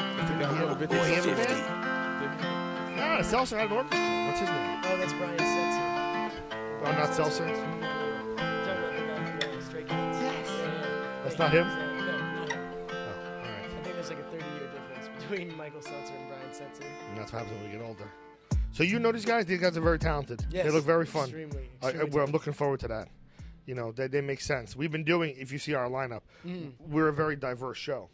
Hammer Hammer Band? Boy Hammer Band? 50. Ah, Seltzer had an orchestra. What's his name? Oh, that's Brian Setzer. Oh, not Seltzer. No, no, no. Talking about the guy with Stray Kids. Yes. Yeah, yeah. That's Wait, not him? is that- No, not him. Oh, all right. I think there's like a 30 year difference between Michael Seltzer and Brian Setzer. And that's what happens when we get older. So you know these guys. These guys are very talented. Yes. they look very fun. Extremely. I, I, extremely well, I'm looking forward to that. You know, they, they make sense. We've been doing. If you see our lineup, Mm. we're a very diverse show.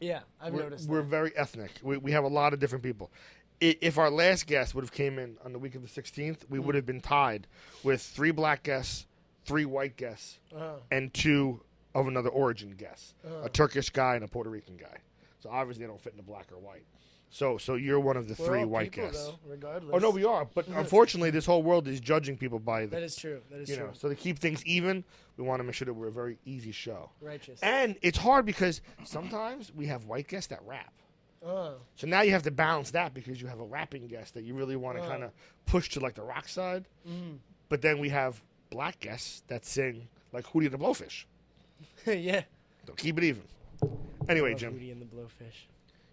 Yeah, I've we're, noticed. we're that. very ethnic. We, we have a lot of different people. I- If our last guest would have came in on the week of the 16th, Mm. we would have been tied with three black guests, three white guests, Uh-huh. and two of another origin guests, a Turkish guy and a Puerto Rican guy. So obviously they don't fit into black or white. So so you're one of the We're three all white people, guests. Though, regardless. Oh no, we are. But unfortunately, this whole world is judging people by That the, is true. That is you true. know. So to keep things even, we want to make sure that we're a very easy show. Righteous. And it's hard because sometimes we have white guests that rap. oh, So now you have to balance that because you have a rapping guest that you really want to Wow. kind of push to like the rock side. Mm-hmm. But then we have black guests that sing like Hootie the Blowfish. yeah. So keep it even. Anyway, Love Jim, Hootie and the Blowfish.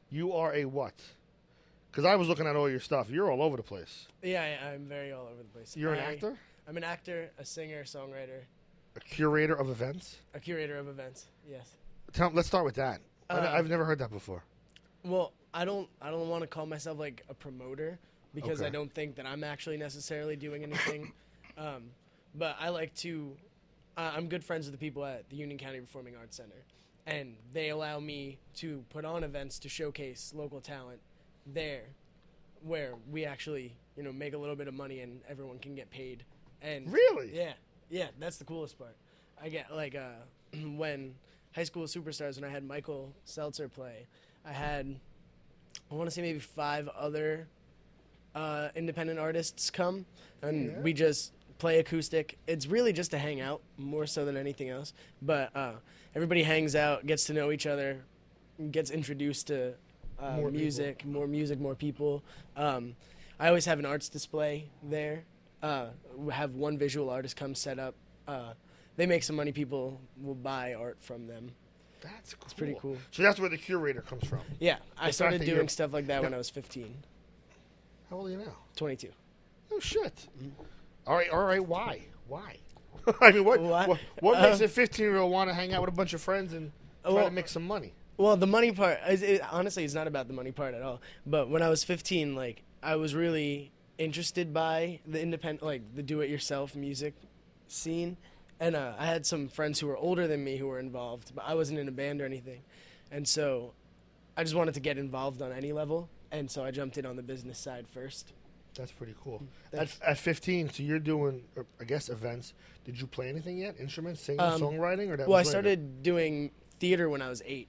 you are a what? Because I was looking at all your stuff. You're all over the place. Yeah, I, I'm very all over the place. You're an I- actor, I'm an actor, a singer, songwriter, a curator of events. a curator of events. Yes. Tell, let's start with that. I- Uh, I've never heard that before. Well, I don't I don't want to call myself like a promoter because I Okay. don't think that I'm actually necessarily doing anything. um, but I like to. Uh, I'm good friends with the people at the Union County Performing Arts Center, and they allow me to put on events to showcase local talent there, where we actually you know make a little bit of money and everyone can get paid. And Really? yeah, yeah, that's the coolest part. I get like uh, when high school superstars when I had Michael Seltzer play, I had I want to say maybe five other uh, independent artists come, and we just play acoustic. It's really just to hang out more so than anything else. But uh, everybody hangs out, gets to know each other, gets introduced to uh, More people. music, more music, more people. Um, I always have an arts display there. Uh, we have one visual artist come set up. Uh, they make some money. People will buy art from them. That's cool. It's pretty cool. So that's where the curator comes from. Yeah, I fact started that you're- doing stuff like that when I was 15, How old are you now? 22. Oh shit! All right, all right. Why? Why? I mean, what? Why? What, what, makes Uh, a fifteen-year-old want to hang out with a bunch of friends and try well, to make some money? Well, the money part, is, it, honestly, it's not about the money part at all. But when I was 15, like, I was really interested by the independent, like, the do it yourself music scene. And uh, I had some friends who were older than me who were involved, but I wasn't in a band or anything. And so I just wanted to get involved on any level. And so I jumped in on the business side first. That's pretty cool. At, Thanks. at fifteen, so you're doing, uh, I guess, events. Did you play anything yet? Instruments, singing, Um, songwriting, or that? Well, I was later? started doing theater when I was eight.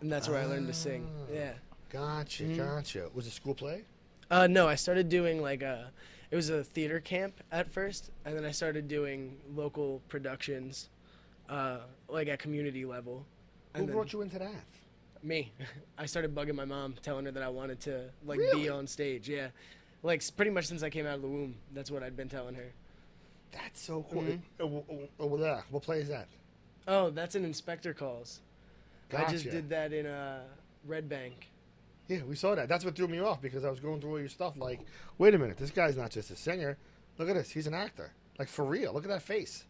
And that's where I learned to sing. Yeah. Gotcha, Mm-hmm. gotcha. Was it school play? Uh, no, I started doing like a, it was a theater camp at first, and then I started doing local productions, uh, like at community level. Who And then brought you into that? me, I started bugging my mom, telling her that I wanted to like Really? be on stage. Yeah, like s- pretty much since I came out of the womb, that's what I'd been telling her. That's so cool. Mm-hmm. Uh, w- w- w- yeah, What play is that? Oh, that's an inspector calls. I just Gotcha. did that in uh, Red Bank. Yeah, we saw that. That's what threw me off because I was going through all your stuff. Like, wait a minute, this guy's not just a singer. Look at this. He's an actor. Like for real. Look at that face.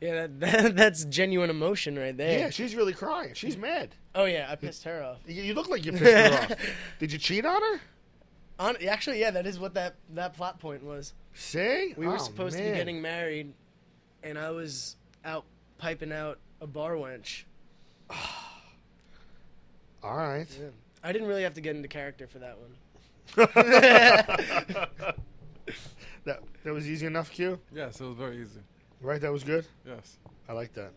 Yeah, that, that that's genuine emotion right there. Yeah, she's really crying. She's mad. Oh yeah, I pissed her off. You, you look like you pissed her off. Did you cheat on her? On, actually, yeah, that is what that that plot point was. See? We were Oh, supposed to man. be getting married, and I was out piping out a bar wench. All right. I didn't really have to get into character for that one. That that was easy enough, Q. Yes, it was very easy. Right? That was good. Yes. I like that.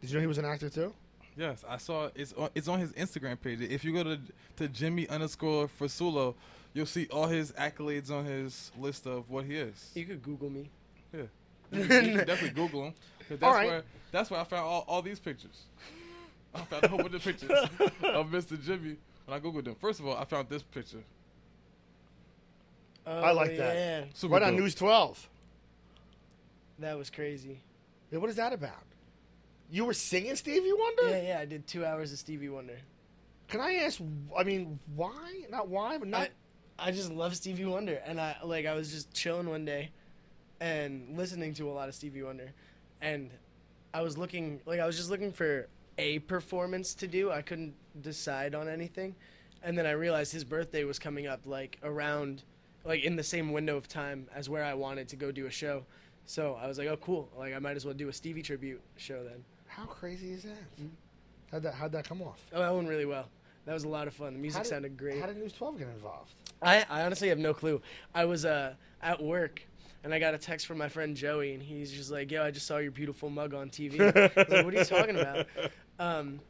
Did you know he was an actor too? Yes, I saw it. it's on, it's on his Instagram page. If you go to to Jimmy underscore Fasulo, you'll see all his accolades on his list of what he is. You could Google me. Yeah, you can you can definitely Google him. 'cause That's right. where that's where I found all, all these pictures. I found a whole bunch of pictures of Mr. Jimmy when I googled him. First of all, I found this picture. Oh, like that. Yeah, Super right on dope. News 12. that was crazy. Yeah, what is that about? You were singing Stevie Wonder? Yeah, yeah, I did two hours of Stevie Wonder. Can I ask? I mean, why? Not why, but not. I, I just love Stevie Wonder, and I like I was just chilling one day, and listening to a lot of Stevie Wonder, and I was looking like I was just looking for a performance to do. I couldn't decide on anything, and then I realized his birthday was coming up like around, like in the same window of time as where I wanted to go do a show. So I was like, oh cool, like I might as well do a Stevie tribute show then. how crazy is that? How'd that How'd that come off? Oh, that went really well. That was a lot of fun. The music How did- sounded great. How did News 12 get involved? I, I honestly have no clue. I was uh, at work and I got a text from my friend Joey, and he's just like, "Yo, I just saw your beautiful mug on TV." I was like, "What are you talking about?" Um,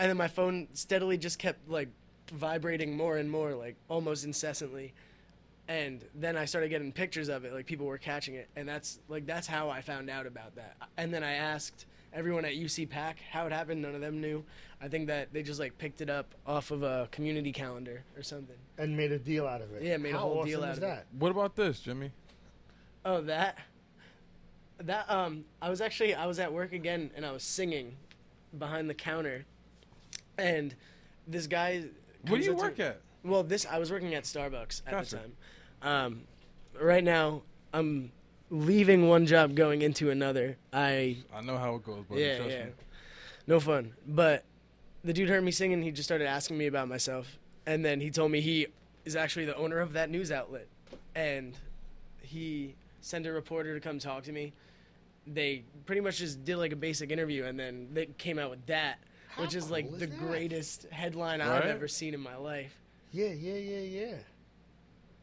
and then my phone steadily just kept like vibrating more and more, like almost incessantly. And then I started getting pictures of it, like people were catching it, and that's like that's how I found out about that. And then I asked everyone at UC Pack how it happened. None of them knew. I think that they just like picked it up off of a community calendar or something. And made a deal out of it. Yeah, made a How whole awesome deal is out of it. that? What about this, Jimmy? Oh, that. That um, I was actually I was at work again and I was singing behind the counter, and this guy. Where do comes you up to- work at? Well, this I was working at Starbucks at Gotcha. the time. Um, right now I'm leaving one job going into another. I I know how it goes, but yeah trust yeah, me. no fun. But the dude heard me singing. He just started asking me about myself, and then he told me he is actually the owner of that news outlet, and he sent a reporter to come talk to me. They pretty much just did like a basic interview, and then they came out with that, How which is like cool is the that? greatest headline I've Right? ever seen in my life. Yeah, yeah, yeah, yeah.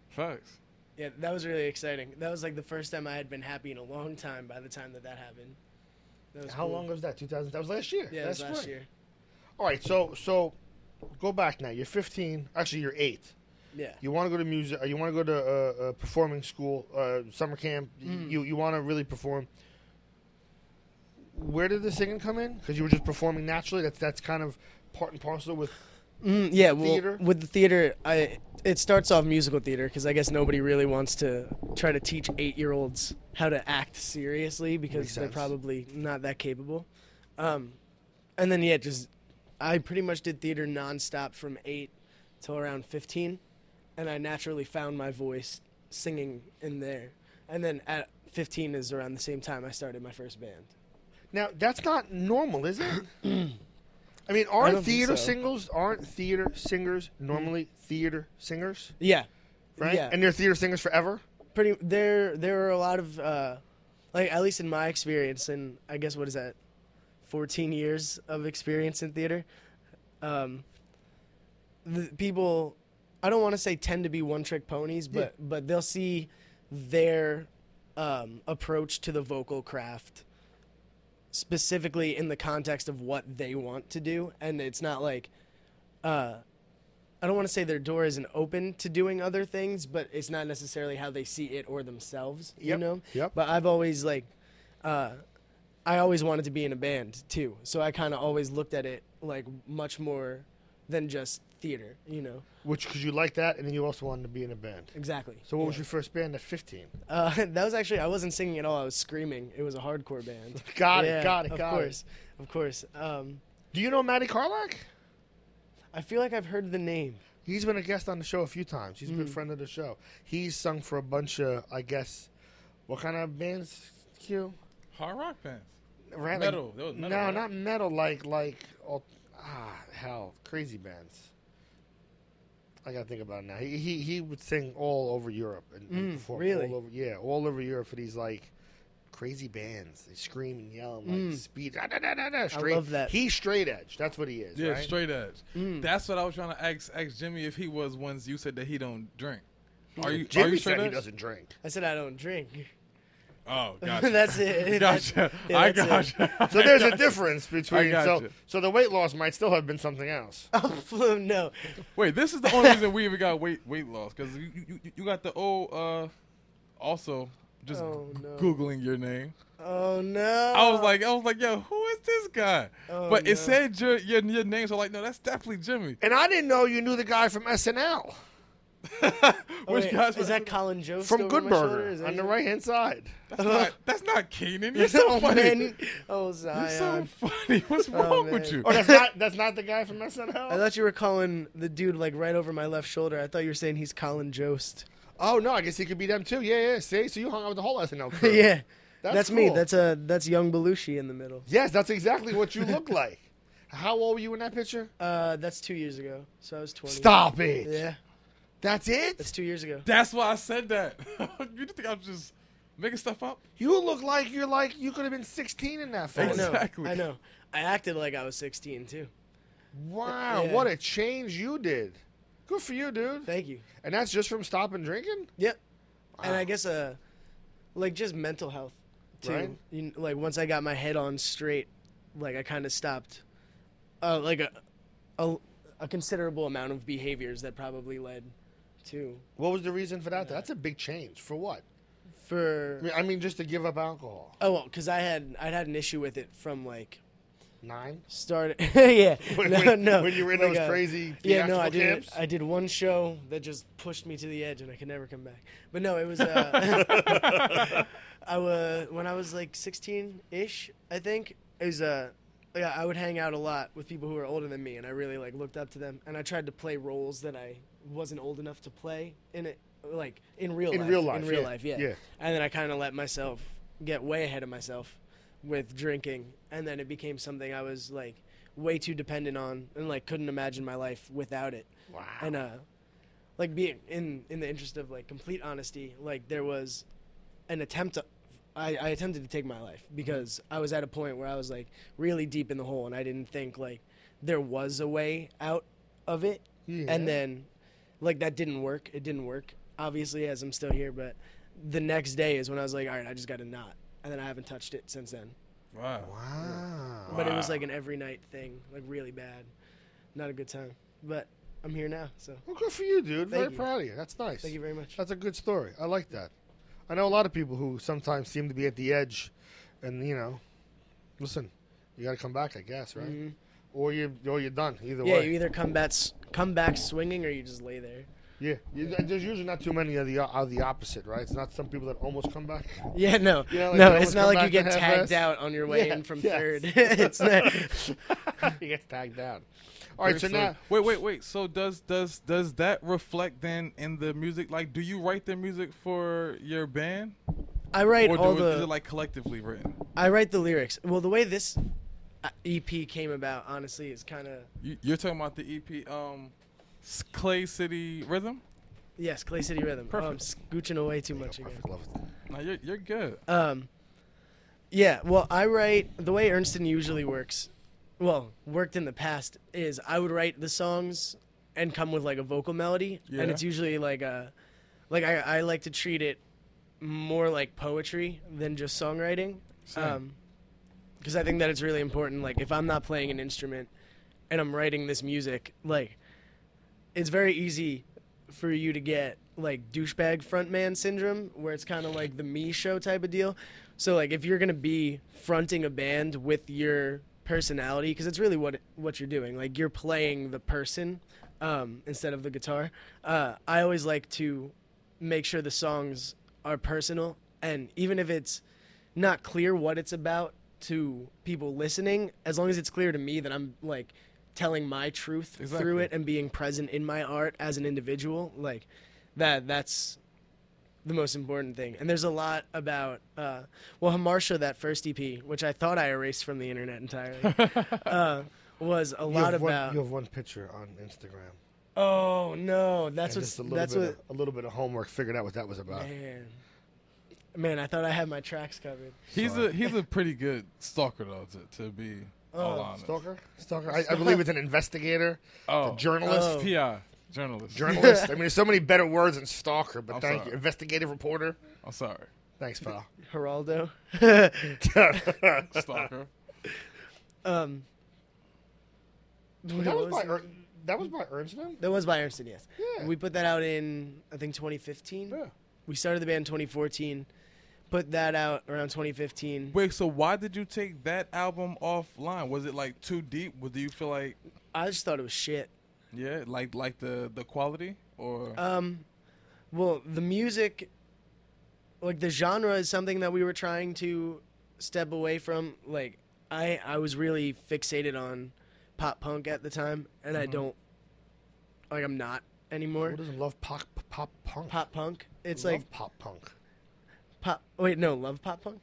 Facts. Yeah, that was really exciting. That was like the first time I had been happy in a long time. By the time that that happened, that was How cool. long was that? 2000. That was last year. Yeah, that was That's last right. year. All right, so so go back now. You're 15. Actually, you're eight. Yeah, You want to go to music. uh, You want to go to uh, uh, performing school, uh, summer camp. y- Mm. You you want to really perform. Where did the singing come in? Because you were just performing naturally. That's that's kind of part and parcel with. Mm, yeah, well, Theater? with the theater, I it starts off musical theater because I guess nobody really wants to try to teach eight year olds how to act seriously because Makes they're sense. probably not that capable. Um, and then yeah, just I pretty much did theater nonstop from eight till around fifteen, and I naturally found my voice singing in there. And then at fifteen is around the same time I started my first band. Now that's not normal, is it? I mean, aren't don't think theater so. singles aren't theater singers normally theater singers, Yeah, right? Yeah. And they're theater singers forever. pretty there there are a lot of uh like at least in my experience and i guess what is that 14 years of experience in theater um the people i don't want to say tend to be one trick ponies but but they'll see their um approach to the vocal craft specifically in the context of what they want to do and it's not like uh I don't want to say their door isn't open to doing other things, but it's not necessarily how they see it or themselves, you Yep, know? yep. But I've always, like, uh, I always wanted to be in a band, too. So I kind of always looked at it, like, much more than just theater, you know? Which because you like that, and then you also wanted to be in a band. Exactly. So what was Yeah. your first band at 15? Uh, that was actually, I wasn't singing at all. I was screaming. It was a hardcore band. Got Yeah, it, got it, of got course, Of course. Um, it. Do you know Matty Carlock? I feel like I've heard the name. He's been a guest on the show a few times. He's a Mm. good friend of the show. He's sung for a bunch of, I guess, what kind of bands? Q Hard rock bands. right? Metal. That was Like, metal, no, right? not metal. Like like alt- ah hell, crazy bands. I gotta think about it now. He he, he would sing all over Europe and, and Mm, perform really? all over yeah all over Europe for these like crazy bands. They scream and yell and like Mm. speed. Da, da, da, da, da, straight, love that. He's straight edge. That's what he is. Yeah, right? straight edge. Mm. That's what I was trying to ask ask Jimmy if he was ones you said that he don't drink. Are you are Jimmy you straight said he edge? doesn't drink. I said I don't drink. Oh, gotcha. That's it. Gotcha. Yeah, I that's it. gotcha. So there's a difference between I so gotcha. so the weight loss might still have been something else. Oh, no. Wait, this is the only reason we even got weight weight loss because you, you you- you got the old uh also just Oh, no. googling your name. Oh no! I was like I was like yo who is this guy? Oh, but no. it said your your your name so like no that's definitely Jimmy. And I didn't know you knew the guy from SNL. Oh, Which wait, guy's is that Colin Jost From over Good my shoulder? Is Burger on that eh? the his- right hand side. That's not, that's not Keenan. You're so oh, funny. man. Oh, You're so Zion. funny. What's wrong with man. you? Oh, that's not that's not the guy from SNL. I thought you were calling the dude like right over my left shoulder. I thought you were saying he's Colin Jost. oh no, I guess he could be them too. Yeah, yeah. See, so you hung out with the whole SNL crew. yeah, That's that's, me. cool. That's a that's young Belushi in the middle. Yes, that's exactly what you look like. How old were you in that picture? Uh, that's two years ago. So I was twenty. Stop it. Yeah, That's it. that's two years ago. That's why I said that. you think I'm just making stuff up? You look like you're like you could have been 16 in that I photo. know. Exactly. I know. I acted like I was sixteen too. Wow, Yeah. what a change you did. Good for you, dude. Thank you. And that's just from stopping drinking? Yep. And Wow. I guess uh, like just mental health too. Right. You kn- like once I got my head on straight, like I kind of stopped, uh, like a, a, a considerable amount of behaviors that probably led to What was the reason for that? That's a big change. For what? for I mean, I mean just to give up alcohol. oh well because I had I'd had an issue with it from like Nine? started yeah When- no when- no when you were in like, those uh, crazy yeah no theatrical I did camps? I did one show that just pushed me to the edge and I could never come back but no it was uh, I was when I was like 16 ish, I think. It was uh, yeah, I would hang out a lot with people who were older than me, and I really like looked up to them. And I tried to play roles that I wasn't old enough to play in it, like in real In life, real life, in real yeah, life, yeah. yeah. And then I kind of let myself get way ahead of myself with drinking, and then it became something I was like way too dependent on, and like couldn't imagine my life without it Wow. and uh like being in in the interest of like complete honesty like there was an attempt to, I, I attempted to take my life Mm-hmm. because I was at a point where I was like really deep in the hole and I didn't think like there was a way out of it Yeah. and then like that didn't work it didn't work obviously as I'm still here but the next day is when I was like all right I just got to knot and then I haven't touched it since then Wow. wow. but it was Wow. like an every night thing like really bad not a good time but I'm here now so Well, good for you, dude. Very you. proud of you. That's nice. thank you very much That's a good story. I like that. I know a lot of people who sometimes seem to be at the edge, and you know, listen, you got to come back, I guess, right? Mhm. Or you, or you're done. Either Yeah, way, you either come back, come back swinging, or you just lay there. yeah. You- There's usually not too many of the of the opposite, right? It's not some people that almost come back. Yeah, no, You know, like, no, they always it's not come like you back get to tagged half-ass. out on your way Yeah, in from yes. third. it's not. you get tagged down. All right, so Very now, funny. wait, wait, wait. So does does does that reflect then in the music? Like, do you write the music for your band, I write or do all it- is the, it like collectively written? I write the lyrics. Well, the way this uh, EP came about, honestly, is kind of You, you're talking about the EP, um, S- Clay City Rhythm. yes, Clay City Rhythm. Oh, I'm scooching away too much again. perfect love. No, you're you're good. Um, yeah, well, I write the way Ernston usually works. Well, worked in the past is I would write the songs and come with like a vocal melody, Yeah. and it's usually like a, like I, I like to treat it more like poetry than just songwriting, Same. because I think that it's really important. Like if I'm not playing an instrument and I'm writing this music, like it's very easy for you to get like douchebag frontman syndrome, where it's kind of like the me show type of deal. So like if you're gonna be fronting a band with your personality, because it's really what what you're doing. Like you're playing the person um, instead of the guitar. Uh, I always like to make sure the songs are personal, and even if it's not clear what it's about to people listening, as long as it's clear to me that I'm like telling my truth through Exactly. it and being present in my art as an individual, like that that's the most important thing. And there's a lot about uh, well, Hamarsha, that first EP, which I thought I erased from the internet entirely, uh, was a You lot have, one, about. you have one picture on Instagram. oh no, And that's just what's a little that's bit what. of, a little bit of homework. Figured out what that was about. man, man, I thought I had my tracks covered. He's Sorry. a he's a pretty good stalker though. To, to be all Oh, honest, Stalker, stalker. I, I believe it's an investigator, oh, a journalist. Oh. PI journalist. journalist. I mean, there's so many better words than stalker, but I'm thank sorry. you. Investigative reporter. I'm sorry, Thanks, pal. Geraldo. that stalker. um, what was was by it? er- that was by Ernston. that was by Ernston, yes. Yeah. We put that out in I think 2015. Yeah. We started the band in 2014. Put that out around 2015. Wait, so why did you take that album offline? Was it like too deep? Was do you feel like I just thought it was shit. yeah, like like the the quality? or Um, well, the music, like the genre, is something that we were trying to step away from. Like I, I was really fixated on pop punk at the time, and Mm-hmm. I don't, like, I'm not anymore. Who doesn't love pop pop punk? Pop punk. It's I love like pop punk. pop. Wait, no, love pop punk.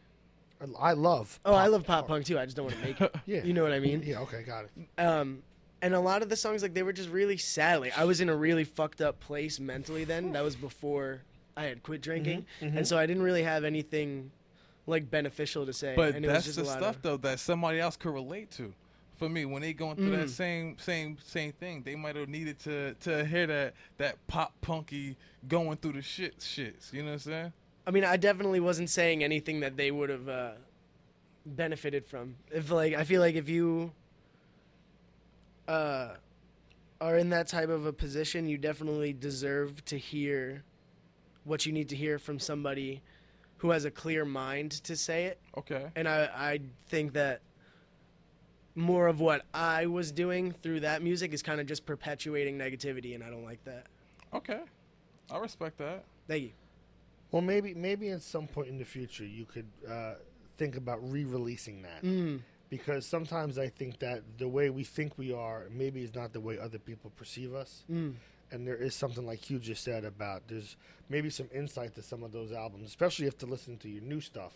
I, I love. Oh, I love pop punk too. I just don't want to make it. Yeah. You know what I mean? Yeah. Okay. Got it. um and a lot of the songs like they were just really sad like i was in a really fucked up place mentally then that was before i had quit Mm-hmm, drinking and so i didn't really have anything like beneficial to say but and that's just the a lot stuff of- though that somebody else could relate to. For me, when they going through Mm. that same same same thing, they might have needed to to hear that that pop punky going through the shit shits. You know what I'm saying? i mean i definitely wasn't saying anything that they would have uh benefited from if like i feel like if you uh are in that type of a position you definitely deserve to hear what you need to hear from somebody who has a clear mind to say it Okay. and I, I think that more of what I was doing through that music is kind of just perpetuating negativity, and I don't like that. Okay. I respect that. Thank you. Well, maybe maybe at some point in the future you could uh, think about re-releasing that because sometimes I think that the way we think we are maybe is not the way other people perceive us. And there is something like you just said about there's maybe some insight to some of those albums, especially if to listen to your new stuff,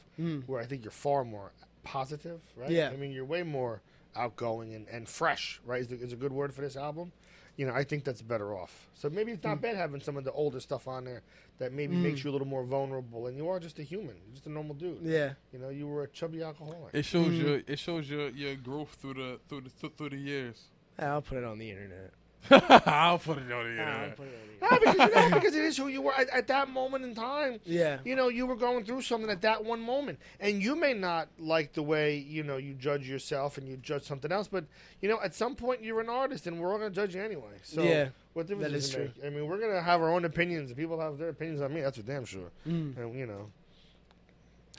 where I think you're far more positive, right? Yeah. I mean, you're way more outgoing and, and fresh, right? Is, the, is a good word for this album. You know, I think that's better off. So maybe it's not bad having some of the older stuff on there that maybe makes you a little more vulnerable. And you are just a human, you're just a normal dude. Yeah. You know, you were a chubby alcoholic. It shows Mm. your it shows your your growth through the through the through, through the years. I'll put it on the internet. I'll put it on the Ah, I'll internet. put it on the internet. No, because, you know, because it is who you were at, at that moment in time. Yeah. You know, you were going through something at that one moment, and you may not like the way you know you judge yourself and you judge something else, but you know, at some point you're an artist, and we're all going to judge you anyway. So Yeah, what difference that does is it make? I mean, we're going to have our own opinions, and people have their opinions on me. That's for damn sure. Mm. And you know,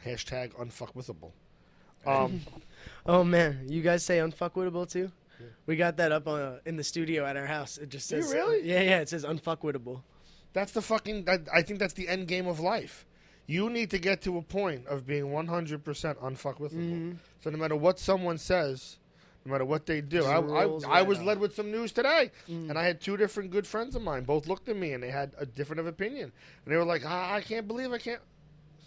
hashtag unfuckwithable. Um, Oh man, you guys say unfuckwittable too? We got that up on uh, in the studio at our house. It just Do you says really? Yeah, yeah. It says unfuckwittable. That's the fucking. That, I think that's the end game of life. You need to get to a point of being one hundred percent unfuckwithable. So no matter what someone says, no matter what they do, Just I, I, rolls I right was off. led with some news today, and I had two different good friends of mine. Both looked at me and they had a different of opinion, and they were like, "Ah, "I can't believe I can't."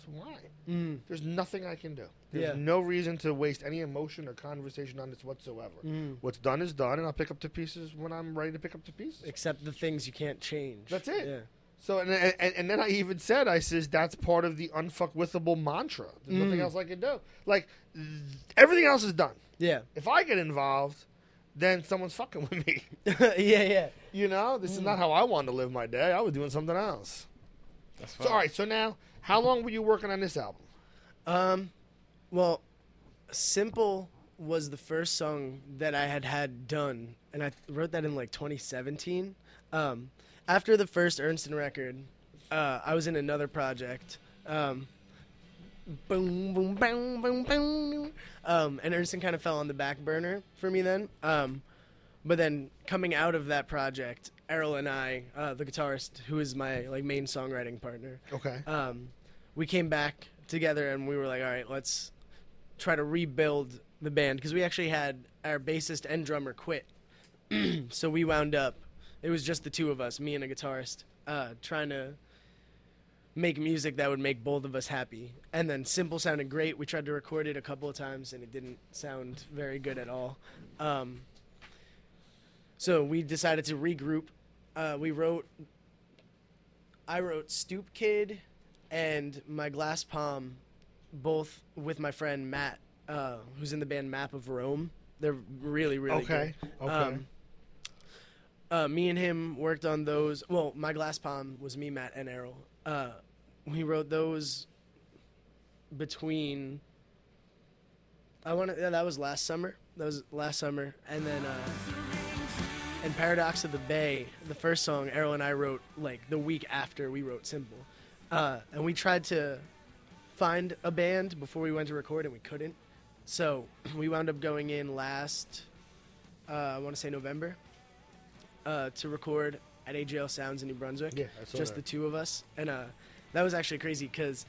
So why? Mm. There's nothing I can do. There's Yeah. no reason to waste any emotion or conversation on this whatsoever. What's done is done, and I'll pick up the pieces when I'm ready to pick up the pieces. Except the things you can't change. That's it. Yeah. So and, and and then I even said I says that's part of the unfuckwithable mantra. There's nothing else I can do. Like th- everything else is done. Yeah. If I get involved, then someone's fucking with me. yeah. Yeah. You know, this is not how I wanted to live my day. I was doing something else. That's So all right. So now, how long were you working on this album? Um, well, "Simple" was the first song that I had had done, and I wrote that in like 2017. Um, after the first Ernston record, uh, I was in another project. Um, boom, boom, boom, boom, boom. Um, and Ernston kind of fell on the back burner for me then. Um, but then coming out of that project, Errol and I, uh, the guitarist who is my like main songwriting partner, Okay. um, we came back together and we were like, all right, let's try to rebuild the band because we actually had our bassist and drummer quit. so we wound up, it was just the two of us, me and a guitarist, uh, trying to make music that would make both of us happy. And then Simple sounded great. We tried to record it a couple of times and it didn't sound very good at all. Um, so we decided to regroup. Uh, we wrote I wrote Stoop Kid and My Glass Palm, both with my friend Matt, uh, who's in the band Map of Rome. They're really, really Okay, good. okay. Um, uh, me and him worked on those. Well, My Glass Palm was me, Matt, and Errol. Uh, we wrote those between. I want to. Yeah, that was last summer. That was last summer, and then. Uh, and Paradox of the Bay, the first song Errol and I wrote like the week after we wrote Simple. Uh, and we tried to find a band before we went to record and we couldn't. So we wound up going in last, uh, I want to say November, uh, to record at AGL Sounds in New Brunswick. Yeah, I saw just that. the two of us, and uh, that was actually crazy because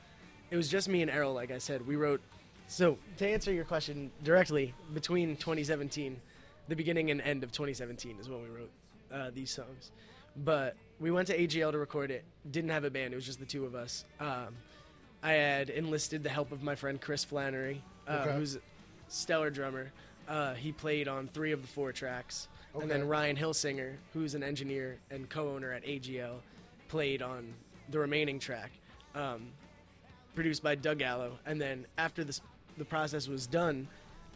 it was just me and Errol. Like I said, we wrote. So to answer your question directly, between 2017, the beginning and end of 2017 is when we wrote uh, these songs. But we went to AGL to record it. Didn't have a band. It was just the two of us. Um, I had enlisted the help of my friend Chris Flannery, uh, Okay. who's a stellar drummer. Uh, he played on three of the four tracks. And Okay. then Ryan Hilsinger, who's an engineer and co owner at AGL, played on the remaining track, um, produced by Doug Gallo. And then after this, the process was done,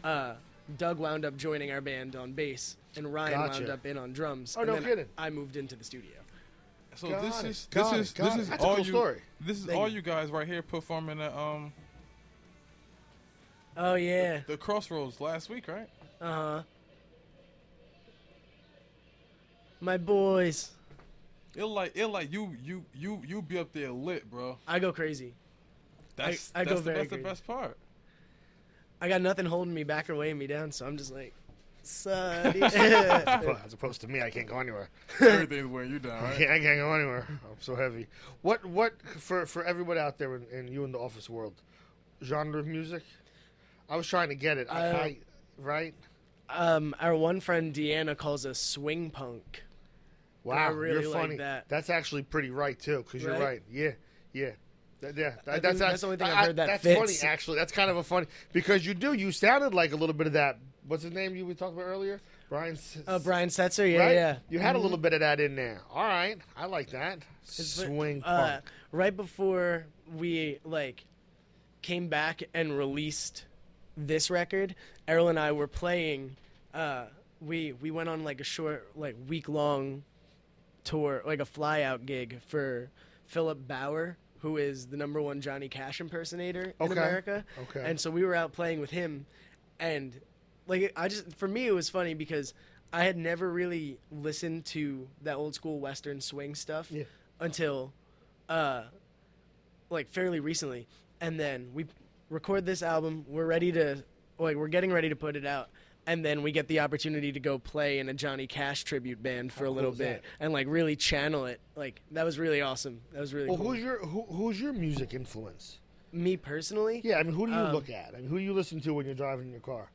uh, Doug wound up joining our band on bass, and Ryan wound Gotcha. up in on drums. Oh, and no then kidding. I moved into the studio. So Got this it, is this got it, is got this it. is That's a all cool you. story. This is Thank all you. you guys right here performing at um Oh, yeah. the Crossroads last week, right? Uh huh. My boys. It like it like you you you you be up there lit, bro. I go crazy. That's I go that's the very that's the green. best part. I got nothing holding me back or weighing me down, so I'm just like, "Sorry." Well, as opposed to me, I can't go anywhere. Everything's wearing you down, I right? can't, I can't go anywhere. I'm so heavy. What what for for everyone out there and, and you in the office world, genre of music? I was trying to get it. I, Uh, I right? um, our one friend Deanna calls us swing punk. Wow, really you're like funny. that. That's actually pretty right too, because you're Right? right. Yeah, yeah. Th- Yeah, Th- think that's, that's the only thing I've heard that That's fits. funny, actually. That's kind of a funny because you do. You sounded like a little bit of that. What's his name? You we talked about earlier, Brian. S- Uh, Brian Setzer, yeah, right? yeah. Mm-hmm. You had a little bit of that in there. All right, I like that. Swing Uh, punk. right before we like came back and released this record, Errol and I were playing. Uh, we we went on like a short, like week long tour, like a flyout gig for Philip Bauer, who is the number one Johnny Cash impersonator Okay. in America. Okay. And so we were out playing with him, and like I just for me it was funny because I had never really listened to that old school Western swing stuff Yeah. until, uh, like fairly recently. And then we record this album. We're ready to like we're getting ready to put it out. And then we get the opportunity to go play in a Johnny Cash tribute band for a little is bit that? and like really channel it. Like that was really awesome. That was really Well, cool. who's your who, who's your music influence? Me personally, Yeah, I mean, who do you Um, look at? I mean, who do you listen to when you're driving in your car,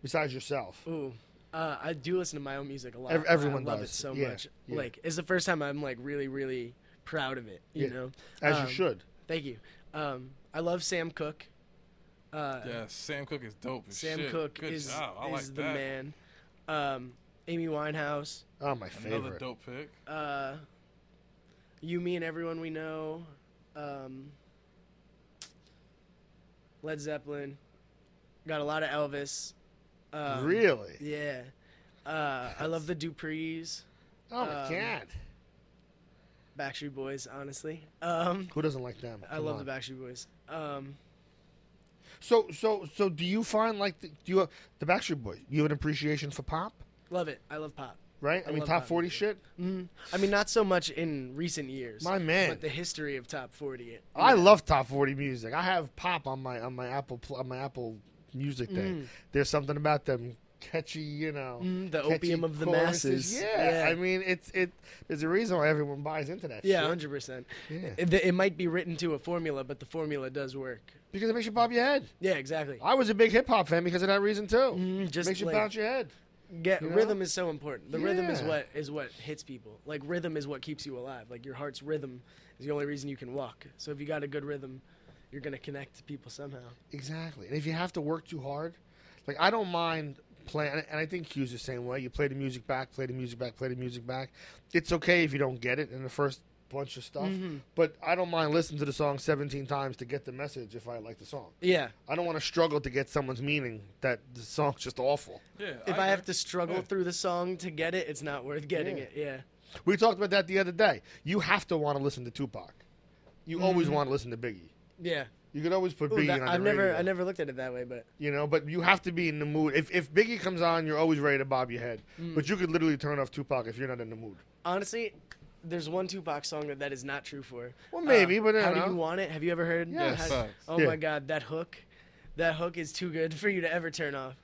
besides yourself? Ooh, uh, I do listen to my own music a lot. Ev- everyone I love does. it so Yeah, much. yeah. Like it's the first time I'm like really, really proud of it. You Yeah, know, As Um, you should. Thank you. Um, I love Sam Cooke. Uh, Yeah, Sam Cook is dope. As Sam Oh, shit. Cooke Good is, job. I is like the that. man. Um, Amy Winehouse. Oh, my Another favorite. dope pick. Uh, you, me, and everyone we know. Um, Led Zeppelin. Got a lot of Elvis. Um, really? Yeah. Uh, I love the Duprees. Oh my um, god! Backstreet Boys, honestly. Um, Who doesn't like them? I Come love on. the Backstreet Boys. Um, So so so. Do you find like the, do you have, the Backstreet Boys? You have an appreciation for pop, love it. I love pop. right? I, I mean, love top pop forty music. shit. Mm, I mean, not so much in recent years. My man. But the history of top forty. I love top forty music. I have pop on my on my Apple pl- on my Apple Music thing. There's something about them catchy, you know, Mm, the catchy opium of the choruses. masses. Yeah, Yeah. I mean, it's it. There's a reason why everyone buys into that. Yeah, shit. hundred percent. Yeah. It, it might be written to a formula, but the formula does work. because it makes you bob your head. Yeah, exactly. I was a big hip hop fan because of that reason too. Mm, just makes you like- bounce your head. Get you know? rhythm is so important. The rhythm is Yeah. what is what hits people. Like rhythm is what keeps you alive. Like your heart's rhythm is the only reason you can walk. So if you got a good rhythm, you're gonna connect to people somehow. Exactly. And if you have to work too hard, like I don't mind playing, and- and I think Q's the same way. You play the music back, play the music back, play the music back. It's okay if you don't get it in the first bunch of stuff, Mm-hmm. but I don't mind listening to the song 17 times to get the message if I like the song. Yeah. I don't want to struggle to get someone's meaning that the song's just awful. Yeah. If I, have to struggle Yeah. through the song to get it, it's not worth getting Yeah. it. Yeah. We talked about that the other day. You have to want to listen to Tupac. You always want to listen to Biggie. Yeah. You could always put Mm-hmm. Ooh, Biggie that- on the I've never radio. I never looked at it that way, but You know, but you have to be in the mood. If if Biggie comes on, you're always ready to bob your head. Mm. But you could literally turn off Tupac if you're not in the mood. honestly, there's one Tupac song that that is not true for. Um, Well, maybe, but I how don't do you know. want it? Have you ever heard? Yes. How- Facts. oh Yeah. my God, that hook, that hook is too good for you to ever turn off.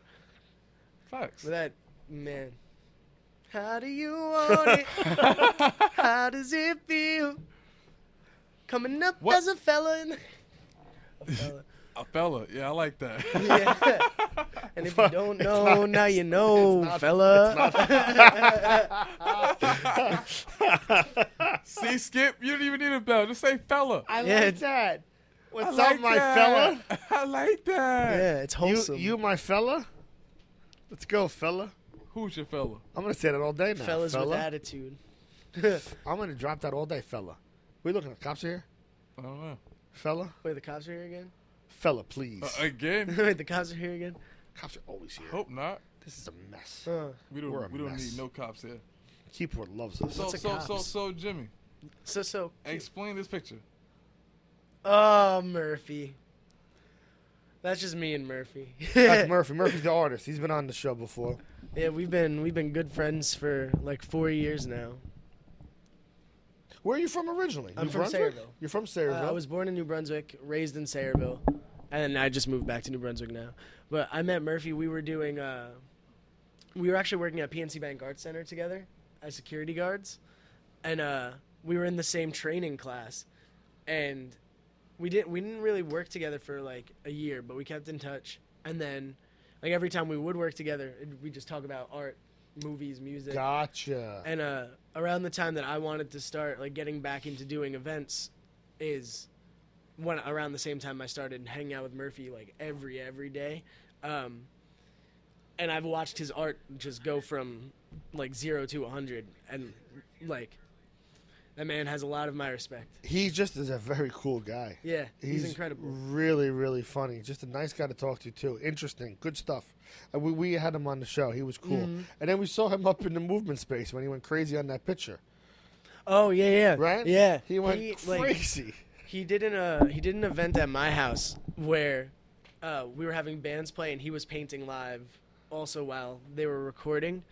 Facts. That man, How do you want it? How does it feel? Coming up What? as a fella. In- a fella. A fella, yeah, I like that. Yeah. And if you don't It's know, not- now you it's- know, it's not- fella. See, Skip, you don't even need a bell. Just say fella. I Yeah, like it's- that. What's I up, like my that. fella? I like that. yeah, it's You, wholesome. you, my fella. Let's go, fella. Who's your fella? I'm gonna say that all day now. fellas fella. with attitude. I'm gonna drop that all day, fella. We looking at cops are here, I don't know. fella. Wait, the cops are here again? Fella, please. Uh, again? Wait, the cops are here again? cops are always here. Hope not. This is a mess. Uh, We don't. We're a We don't mess. need no cops here. Keyboard loves us. So Lots of so so cops. so Jimmy, so, so. explain this picture. Oh, Murphy. That's just me and Murphy. That's Murphy. Murphy's the artist. He's been on the show before. yeah, we've been we've been good friends for like four years now. Where are you from originally? I'm New from Brunswick? Sayreville. You're from Uh, Sayreville. I was born in New Brunswick, raised in Sayreville, and I just moved back to New Brunswick now. But I met Murphy. We were doing, uh, we were actually working at PNC Bank Arts Center together as security guards, and uh, we were in the same training class, and we didn't we didn't really work together for like a year, but we kept in touch, and then like every time we would work together, we just talk about art, movies, music, gotcha. and uh, around the time that I wanted to start like getting back into doing events is when around the same time I started hanging out with Murphy like every every day, um, and I've watched his art just go from like zero to a hundred, and like that man has a lot of my respect. he just is a very cool guy. Yeah, he's, incredible. Really, really funny. Just a nice guy to talk to too. Interesting. Good stuff. Uh, we, we had him on the show. He was cool. Mm-hmm. And then we saw him up in the movement space when he went crazy on that picture. Oh yeah, yeah, Right? Yeah, He went like, crazy. he did an uh, he did an event at my house where uh, we were having bands play and he was painting live also while they were recording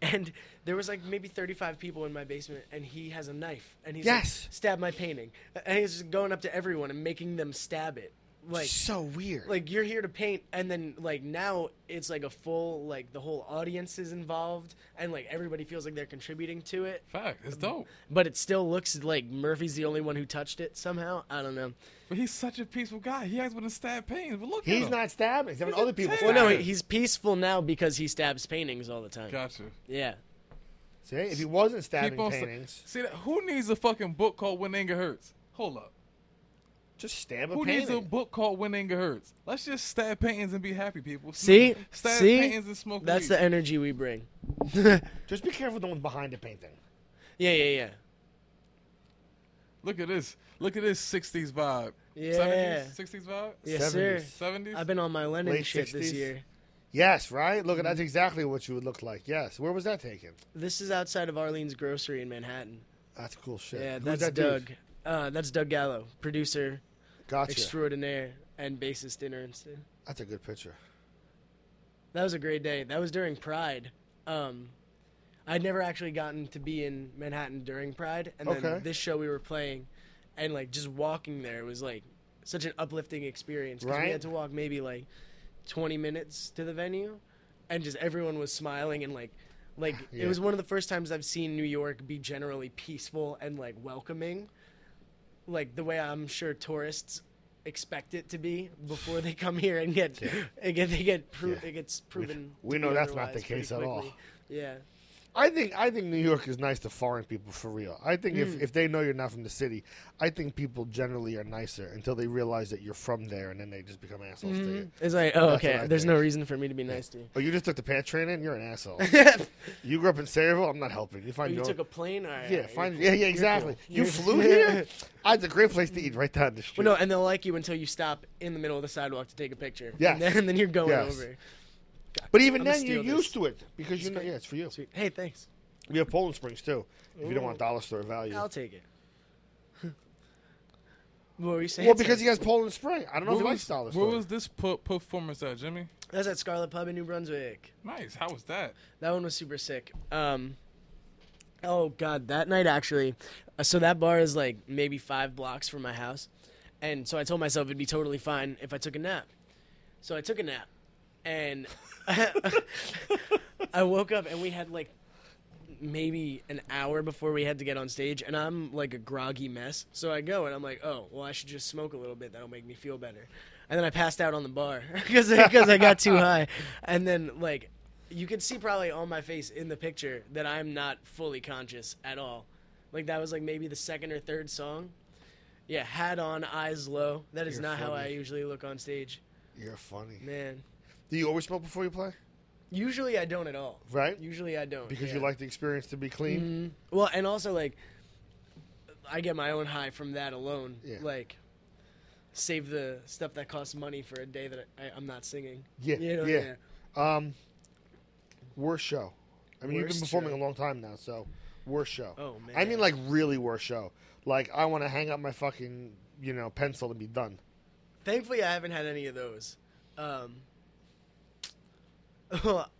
and there was like maybe 35 people in my basement and he has a knife and he's Yes. like stab my painting and he's just going up to everyone and making them stab it like so weird. like you're here to paint and then like now it's like a full like the whole audience is involved and like everybody feels like they're contributing to it Fact, it's dope. but it still looks like Murphy's the only one who touched it somehow I don't know But he's such a peaceful guy. He has been to stab pains. But look at him. he's not stabbing. He's having He's a other people. terror. Well, Oh, no, stab he- him. he's peaceful now because he stabs paintings all the time. Gotcha. Yeah. See, if he wasn't stabbing Keep on. paintings, See that? Who needs a fucking book called When Anger Hurts? Hold up. just stab a Who painting. needs a book called When Anger Hurts? Let's just stab paintings and be happy, people. See? Smoke- stab See? paintings and smoke. That's weed. the energy we bring. Just be careful the one behind the painting. Yeah, yeah, yeah. Look at this. Look at this '60s vibe. Yeah. 70s, '60s vibe. Yes, 70s. sir. 70s. I've been on my Lennon Late shit this 60s. year. Yes, right? Look, that's exactly what you would look like. Yes. Where was that taken? This is outside of Arlene's grocery in Manhattan. That's cool shit. Yeah, Who's that's that dude? Doug. Uh, that's Doug Gallo, producer Gotcha. extraordinaire and bassist in Ernston. That's a good picture. That was a great day. That was during Pride. Um, I'd never actually gotten to be in Manhattan during Pride, and then Okay. this show we were playing, and like just walking there was like such an uplifting experience. 'cause Right. We had to walk maybe like twenty minutes to the venue, and just everyone was smiling and like. Like Yeah. it was one of the first times I've seen New York be generally peaceful and like welcoming, like the way I'm sure tourists expect it to be before they come here and get and get they get pro- Yeah. it gets proven. we to know be that's not the otherwise pretty case at all. quickly. Yeah, I think I think New York is nice to foreign people for real. I think Hmm. if, if they know you're not from the city, I think people generally are nicer until they realize that you're from there and then they just become assholes to you. it's like oh That's what okay, I there's think. no reason for me to be nice to you. Oh, you just took the PAT train in? You're an asshole. you you grew up in Sayreville? I'm not helping. You find your own- took a plane, all right, all Yeah, right, find you're yeah, cool. yeah, exactly. You're You cool. flew here. I had a great place to eat right down the street. Well, no, and they'll like you until you stop in the middle of the sidewalk to take a picture. Yes. and then, and then you're going Yes. over. but even I'ma then, you're steal used this. to it because you know, yeah, it's for you. Sweet. Hey, thanks. We have Poland Springs too. If you don't want dollar store value, I'll take it. what were you saying? well, because sir? he has Poland Spring. I don't know if he likes was, dollar where store. was this pu- performance at, Jimmy? that's at Scarlet Pub in New Brunswick. Nice. How was that? That one was super sick. Um, oh god, that night actually. uh, So that bar is like maybe five blocks from my house, and so I told myself it'd be totally fine if I took a nap. So I took a nap, and I woke up and we had like maybe an hour before we had to get on stage, and I'm like a groggy mess. So I go and I'm like, oh, well, I should just smoke a little bit. That'll make me feel better. And then I passed out on the bar because I got too high. And then like, you could see probably on my face in the picture that I'm not fully conscious at all. Like that was like maybe the second or third song. Yeah, hat on, eyes low. That is You're not how I funny. usually look on stage, You're funny. man. Do you always smoke before you play? Usually I don't at all. Right? Usually I don't. Because yeah. you like the experience to be clean. Mhm. Well, and also like, I get my own high from that alone. Yeah. Like, save the stuff that costs money for a day that I, I'm not singing. Yeah, You know, yeah. Mm-hmm. Um, worst show. I mean, you've been Worst performing show. a long time now, so worst show. Oh, man. I mean, like really worst show. Like I want to hang up my fucking you know pencil and be done. Thankfully, I haven't had any of those. Um,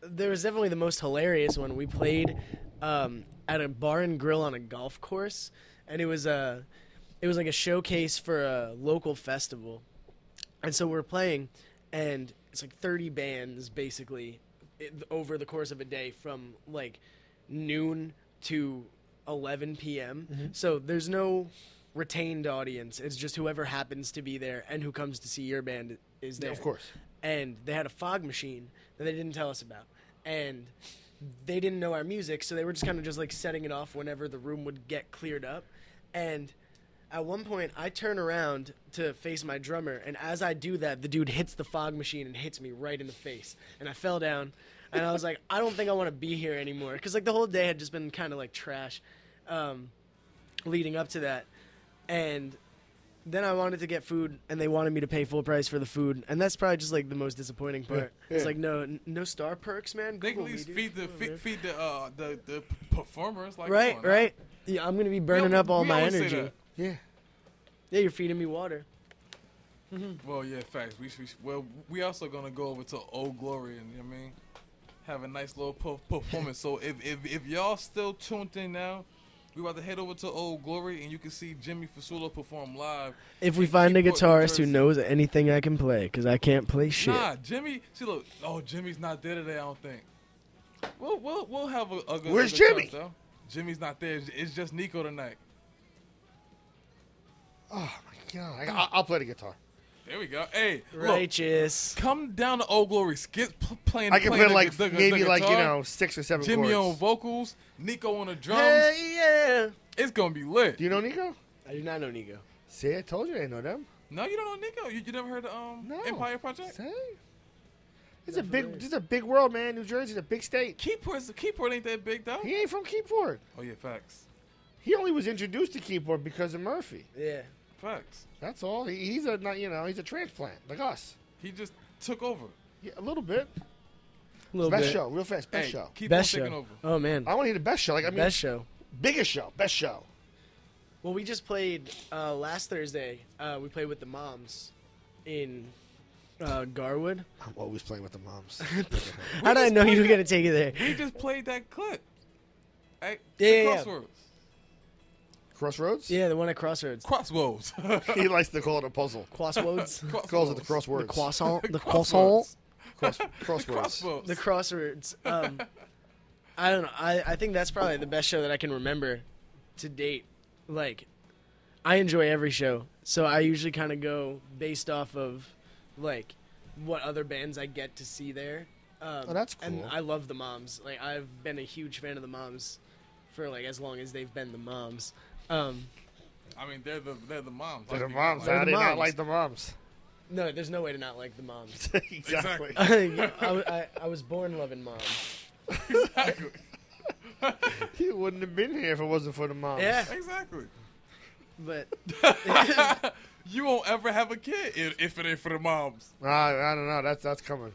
there was definitely the most hilarious one. We played um, at a bar and grill on a golf course, and it was a, it was like a showcase for a local festival, and so we're playing, and it's like thirty bands basically, i- over the course of a day from like noon to eleven p.m. Mm-hmm. So there's no retained audience. It's just whoever happens to be there and who comes to see your band is there Of course. and they had a fog machine that they didn't tell us about and they didn't know our music so they were just kind of just like setting it off whenever the room would get cleared up and at one point i turn around to face my drummer and as i do that the dude hits the fog machine and hits me right in the face and i fell down and i was like i don't think i want to be here anymore because like the whole day had just been kind of like trash um, leading up to that and then I wanted to get food, and they wanted me to pay full price for the food, and that's probably just like the most disappointing part. It's like no, n- no star perks, man. They can Google at me, least dude. feed the Come on, feed, man. feed the uh, the the performers. Like right, come on, right. Yeah, I'm gonna be burning Yeah, up all we my always say energy. Yeah. Yeah, you're feeding me water. that. Well, yeah, facts. We, should- we should- well, we also gonna go over to Old Glory, and you know what I mean, have a nice little per- performance. so if, if if y'all still tuned in now, we about to head over to Old Glory, and you can see Jimmy Fasulo perform live. If we in find a Keyport, New guitarist who Jersey. knows anything I can play, because I can't play shit. Nah, Jimmy. See, look. Oh, Jimmy's not there today. I don't think. We'll we'll, we'll have a, a good. Where's a good Jimmy? touch, though. Jimmy's not there. It's- It's just Nico tonight. Oh my god. I, I- I'll play the guitar. There we go. Hey, look, Righteous. come down to Old Glory. Skip p- playing. I can playing play the like gu- the gu- the maybe like you guitar. know six or seven Jimmy on chords. vocals, Nico on the drums. Hey, yeah. It's gonna be lit. Do you know Nico? I do not know Nico. See, I told you I know them. no, you don't know Nico. You, you never heard of um No. Empire Project? See? It's a big. This is a big world, man. New Jersey's a big state. Keyport's Keyport ain't that big though. He ain't from Keyport. Oh yeah, facts, He only was introduced to Keyport because of Murphy. Yeah. facts. That's all. He, he's a not you know he's a transplant like us. He just took over. Yeah, a little bit. A little best bit. show, real fast. Best hey, show. Keep Best on taking show. over. Oh man. I want to hear the best show. Like I mean, Best show. biggest show, best show. Well, we just played uh, last Thursday. Uh, we played with the moms in uh, Garwood. I'm always playing with the moms. How did I just know you played were gonna take it He there? just played that clip. At Yeah, yeah, the yeah. crossroads. Crossroads. Yeah, the one at Crossroads. Crossroads. He likes to call it a puzzle. Crossroads. Calls it the the crosswords. croissant. The croissant. Crossroads. Cross, The crosswords. crossroads. The crossroads. Um, I don't know. I, I think that's probably the best show that I can remember to date. Like, I enjoy every show, so I usually kind of go based off of like what other bands I get to see there. Um, Oh, that's And cool. I love the Moms. Like, I've been a huge fan of the Moms for like as long as they've been the Moms. Um, I mean, they're the they're the moms. They're Like, the moms. like, I the did not moms. like the moms. no, there's no way to not like the Moms. exactly. Exactly. I, I, I was born loving Moms. exactly. he wouldn't have been here if it wasn't for the moms. Yeah. exactly. But You won't ever have a kid if, if it ain't for the moms. I, I don't know. That's that's coming.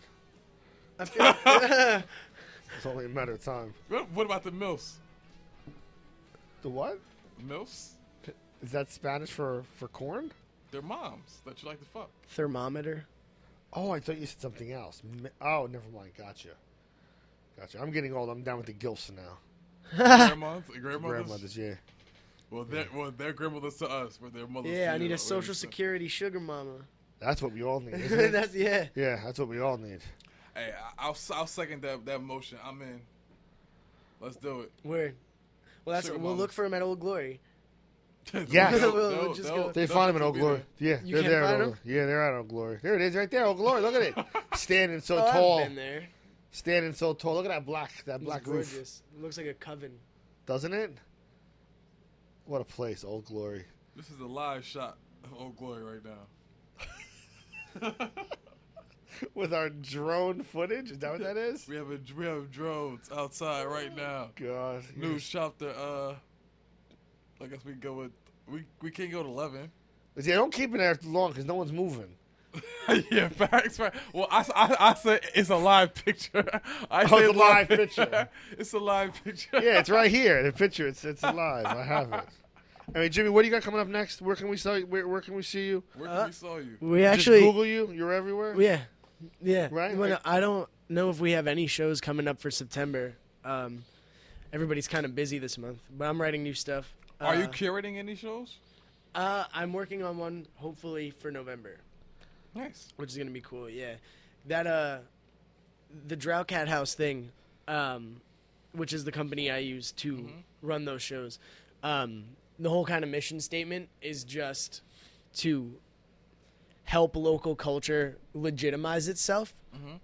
I feel. It's only a matter of time. What, what about the milfs? The what? Milfs? Is that Spanish for for corn? They're moms that you like to fuck. thermometer. Oh, I thought you said something else. Mi- Oh, never mind. Gotcha. Gotcha. I'm getting old. I'm down with the gilfs now. Grandmas, grandmothers. Grandmothers, yeah. Well, they're well, they're grandmothers to us, but their mothers. Yeah, to I need you, a or social whatever. security sugar mama. That's what we all need. Isn't it? That's yeah. yeah, that's what we all need. Hey, I- I'll I'll second that that motion. I'm in. Let's do it. Word. Well, that's Sugar we'll mama. look for him at Old Glory. Yes. They'll- We'll they'll- just they'll- go- They they'll found him in definitely Old be Glory. there. Yeah, You they're can't there. At find Old, him? yeah, they're at Old Glory. There it is, right there. Old Glory. Look at it, standing so Oh, tall. I've been there. Standing so tall. Look at that black, that It's black roof. gorgeous. It looks like a coven. doesn't it? What a place, Old Glory. This is a live shot of Old Glory right now. With our drone footage, is that what that is? We have a we have drones outside right now. God, New chapter. Uh, I guess we go with we we can't go to eleven. See, I don't keep it there long because no one's moving. yeah, facts. Right. Well, I, I, I said it's a live picture. I it's a say live picture. it's a live picture. Yeah, it's right here. The picture, it's it's live. I have it. I mean, Jimmy, what do you got coming up next? Where can we saw? Where, where can we see you? Where Uh, we saw you. We Just actually, Google you. You're everywhere. yeah, yeah. Right, Well, like- I don't know if we have any shows coming up for September. Um, everybody's kind of busy this month, but I'm writing new stuff. Are you Uh, curating any shows? Uh, I'm working on one, hopefully for November. Nice. which is gonna be cool. Yeah, that uh, the Drow Cat House thing, um, which is the company I use to run those shows. Um, the whole kind of mission statement is just to help local culture legitimize itself.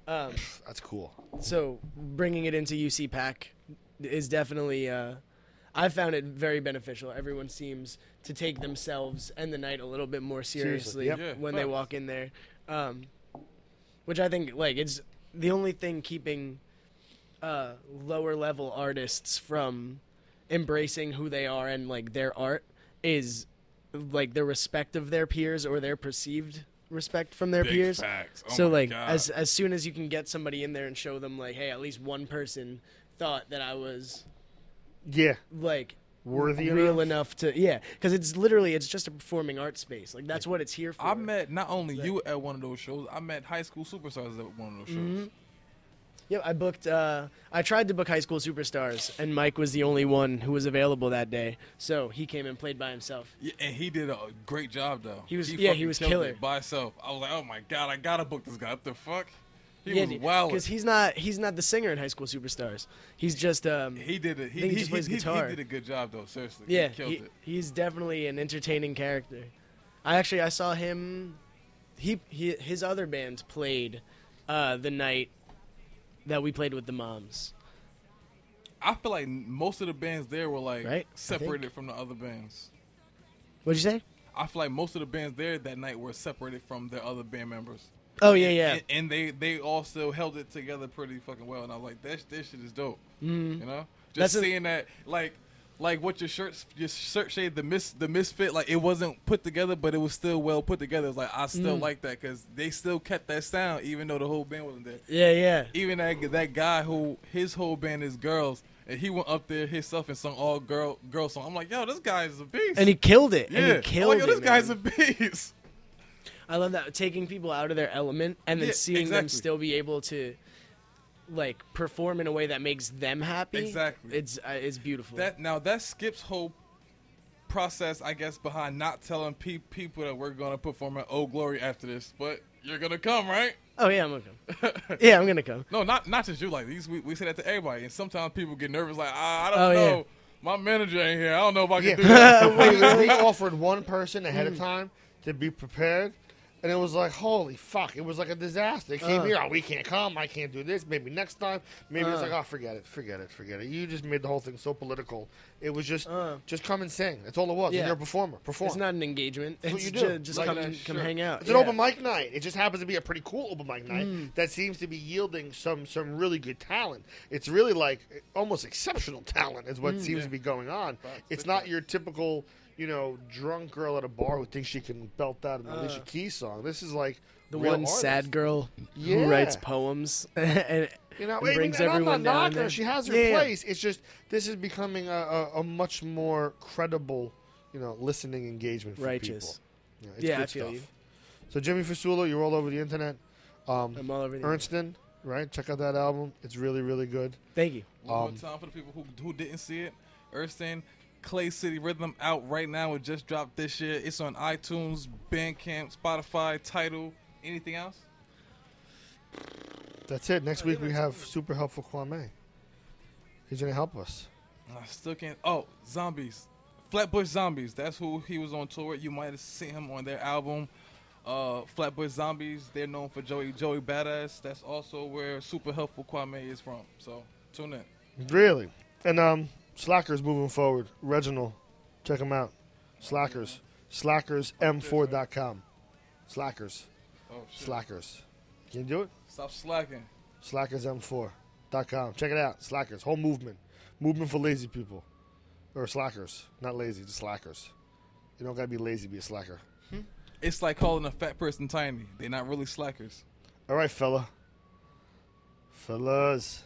Um, That's cool. so bringing it into UC Pack is definitely. Uh, I found it very beneficial. Everyone seems to take themselves and the night a little bit more Seriously, seriously yep. Yeah, when they facts. walk in there, um, which I think like it's the only thing keeping uh, lower level artists from embracing who they are and like their art is like the respect of their peers or their perceived respect from their Big peers facts. Oh so my like God. as as soon as you can get somebody in there and show them like hey at least one person thought that i was Yeah, like worthy real enough. enough to yeah because it's literally it's just a performing art space like that's what it's here for I met not only you at one of those shows. I met high school superstars at one of those shows. yeah i booked uh i tried to book high school superstars and mike was the only one who was available that day so he came and played by himself Yeah, and he did a great job though. He was- yeah, he fucking was killed killer. it by himself. I was like, oh my god, I gotta book this guy. What the fuck? He yeah, was wild. because he's not he's not the singer in high school superstars he's just um He did it. He, I think he, he just plays he- he guitar. did a good job though. Seriously, Yeah, he killed he- it. he's definitely an entertaining character. I actually I saw him. He, he his other band played uh, the night that we played with the Moms. I feel like most of the bands there were like Right? I separated from the other bands. What'd you say? I feel like most of the bands there that night were separated from their other band members, Oh yeah yeah and, and they they also held it together pretty fucking well. And I was like, that that shit is dope. You know, just Mm-hmm. That's a- seeing that like. Like what your shirt, your shirt shade, the mis, the misfit, like it wasn't put together, but it was still well put together. It's like I Mm. still like that because they still kept that sound, even though the whole band wasn't there. yeah yeah. even that that guy who his whole band is girls, and he went up there himself and sung all girl girl song. I'm like, yo, this guy is a beast. And he killed it. yeah, And he I'm killed like, yo, this it. guy's a man. beast. I love that taking people out of their element and then Yeah, seeing them exactly. still be able to like perform in a way that makes them happy. Exactly. It's uh, it's beautiful. That now that skips whole process, I guess, behind not telling pe- people that we're gonna perform at Old Glory after this, but you're gonna come, right? oh yeah, I'm gonna come. yeah, I'm gonna come. No, not not just you. Like these, we, we say that to everybody, and sometimes people get nervous. Like, "Ah, I, I don't Oh, yeah. know. My manager ain't here. I don't know if I can Yeah. do that. we, we offered one person ahead Mm. of time to be prepared, and it was like, holy fuck, it was like a disaster. It came Uh. here, oh, we can't come, I can't do this, maybe next time. Maybe it's Uh. like, oh, forget it, forget it, forget it. You just made the whole thing so political. It was just, Uh. just come and sing. That's all it was. And Yeah. you're a performer, perform. It's not an engagement. That's what it's you do. ju- just Like come, that and- come shirt. hang out. It's an Yeah. Hmm. open mic night. It just happens to be a pretty cool open mic night that seems to be yielding some some really good talent. It's really like almost exceptional talent is what Hmm, seems to be going on. Facts, It's big not facts. your typical you know drunk girl at a bar who thinks she can belt out an Alicia Keys song. This is like Uh. the real one artists. sad girl Yeah. who writes poems and, You know, and I mean, brings and everyone I'm not down. knocking her. there. She has her Yeah, yeah. place. It's just this is becoming a, a, a much more credible, you know, listening engagement for Righteous. people. it's Yeah, I good feel you. So Jimmy Fasulo, you're all over the internet. Um, I'm all over the Ernston, right? Check out that album. It's really, really good. Thank you. One Um, more time for the people who who didn't see it. Erstein, Clay City Rhythm out right now. It just dropped this year. It's on iTunes, Bandcamp, Spotify, Title. Anything else? That's it. Next week we have super helpful Kwame. He's gonna help us. I still can't. Oh, zombies, Flatbush Zombies. That's who he was on tour. with. You might have seen him on their album, uh, Flatbush Zombies. They're known for Joey Joey Badass. That's also where Super Helpful Kwame is from. So tune in. Really. And um, Slackers moving forward. Reginald, check him out. Slackers. Slackersm4.com. Slackers. Oh shit! Slackers. Can you do it? Stop slacking. Slackersm4.com. Check it out. Slackers. Whole movement. Movement for lazy people. Or slackers. Not lazy, just slackers. You don't gotta be lazy to be a slacker. It's like calling a fat person tiny. They're not really slackers. All right, fella. Fellas.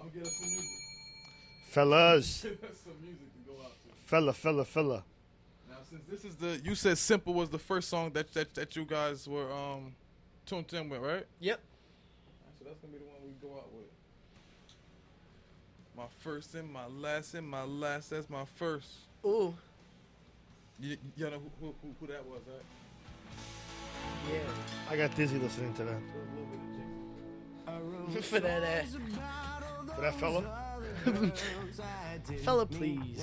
I'm getting some music. Fellas. some music to go out to. Fella, fella, fella. Now, since this is the, you said "Simple" was the first song that that, that you guys were um tuned in with, right? Yep. So that's gonna be the one we go out with. My first and my last and my last. That's my first. Ooh. You, y'all know who, who, who, who that was, right? Yeah. I got dizzy listening to that. A little bit of Jay-Z. For that ass. For that fella? Fella, please.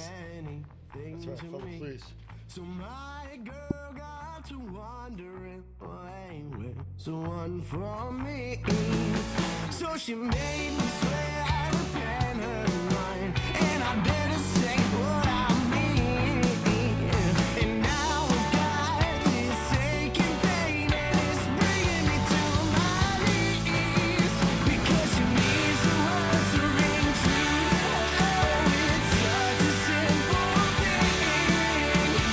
That's right, fella, please. So my girl got to wandering away with someone from me. So she made me swear I'd repent her mind, and I better say what I mean. And now I've got this aching pain, and it's bringing me to my knees because she needs a word to ring true. Oh, it's such a simple thing, but it's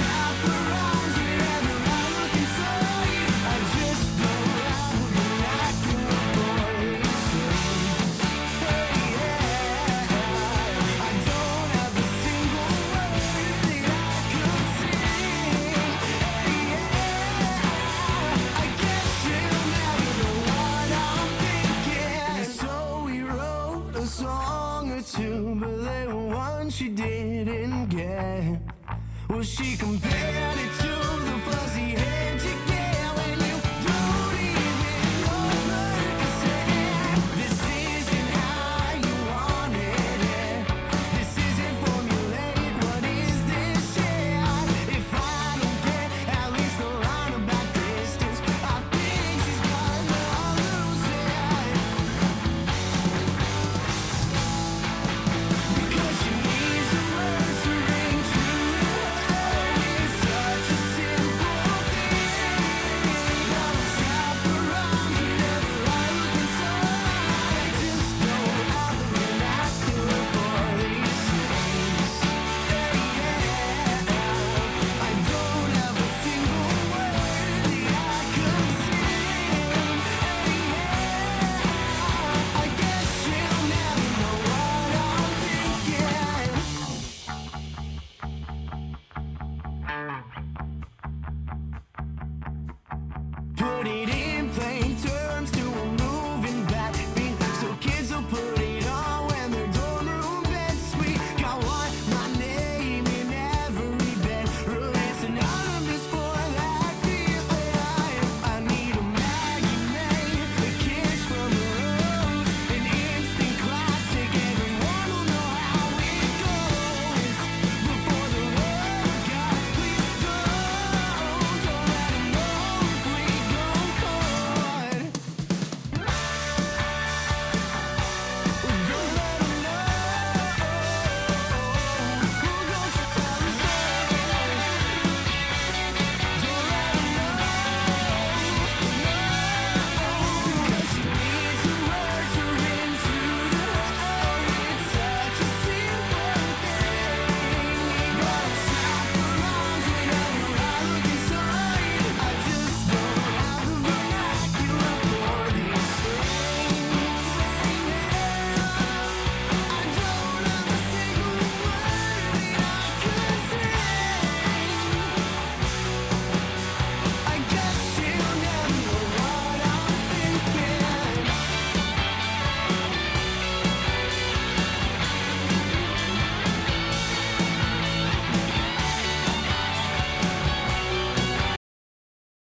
not the wrongs whenever I look inside. I just don't love when I can avoid. I don't have a single word that I could sing. I guess you'll never know what I'm thinking. So we wrote a song or two, but there was one she didn't get. Well, she compared it to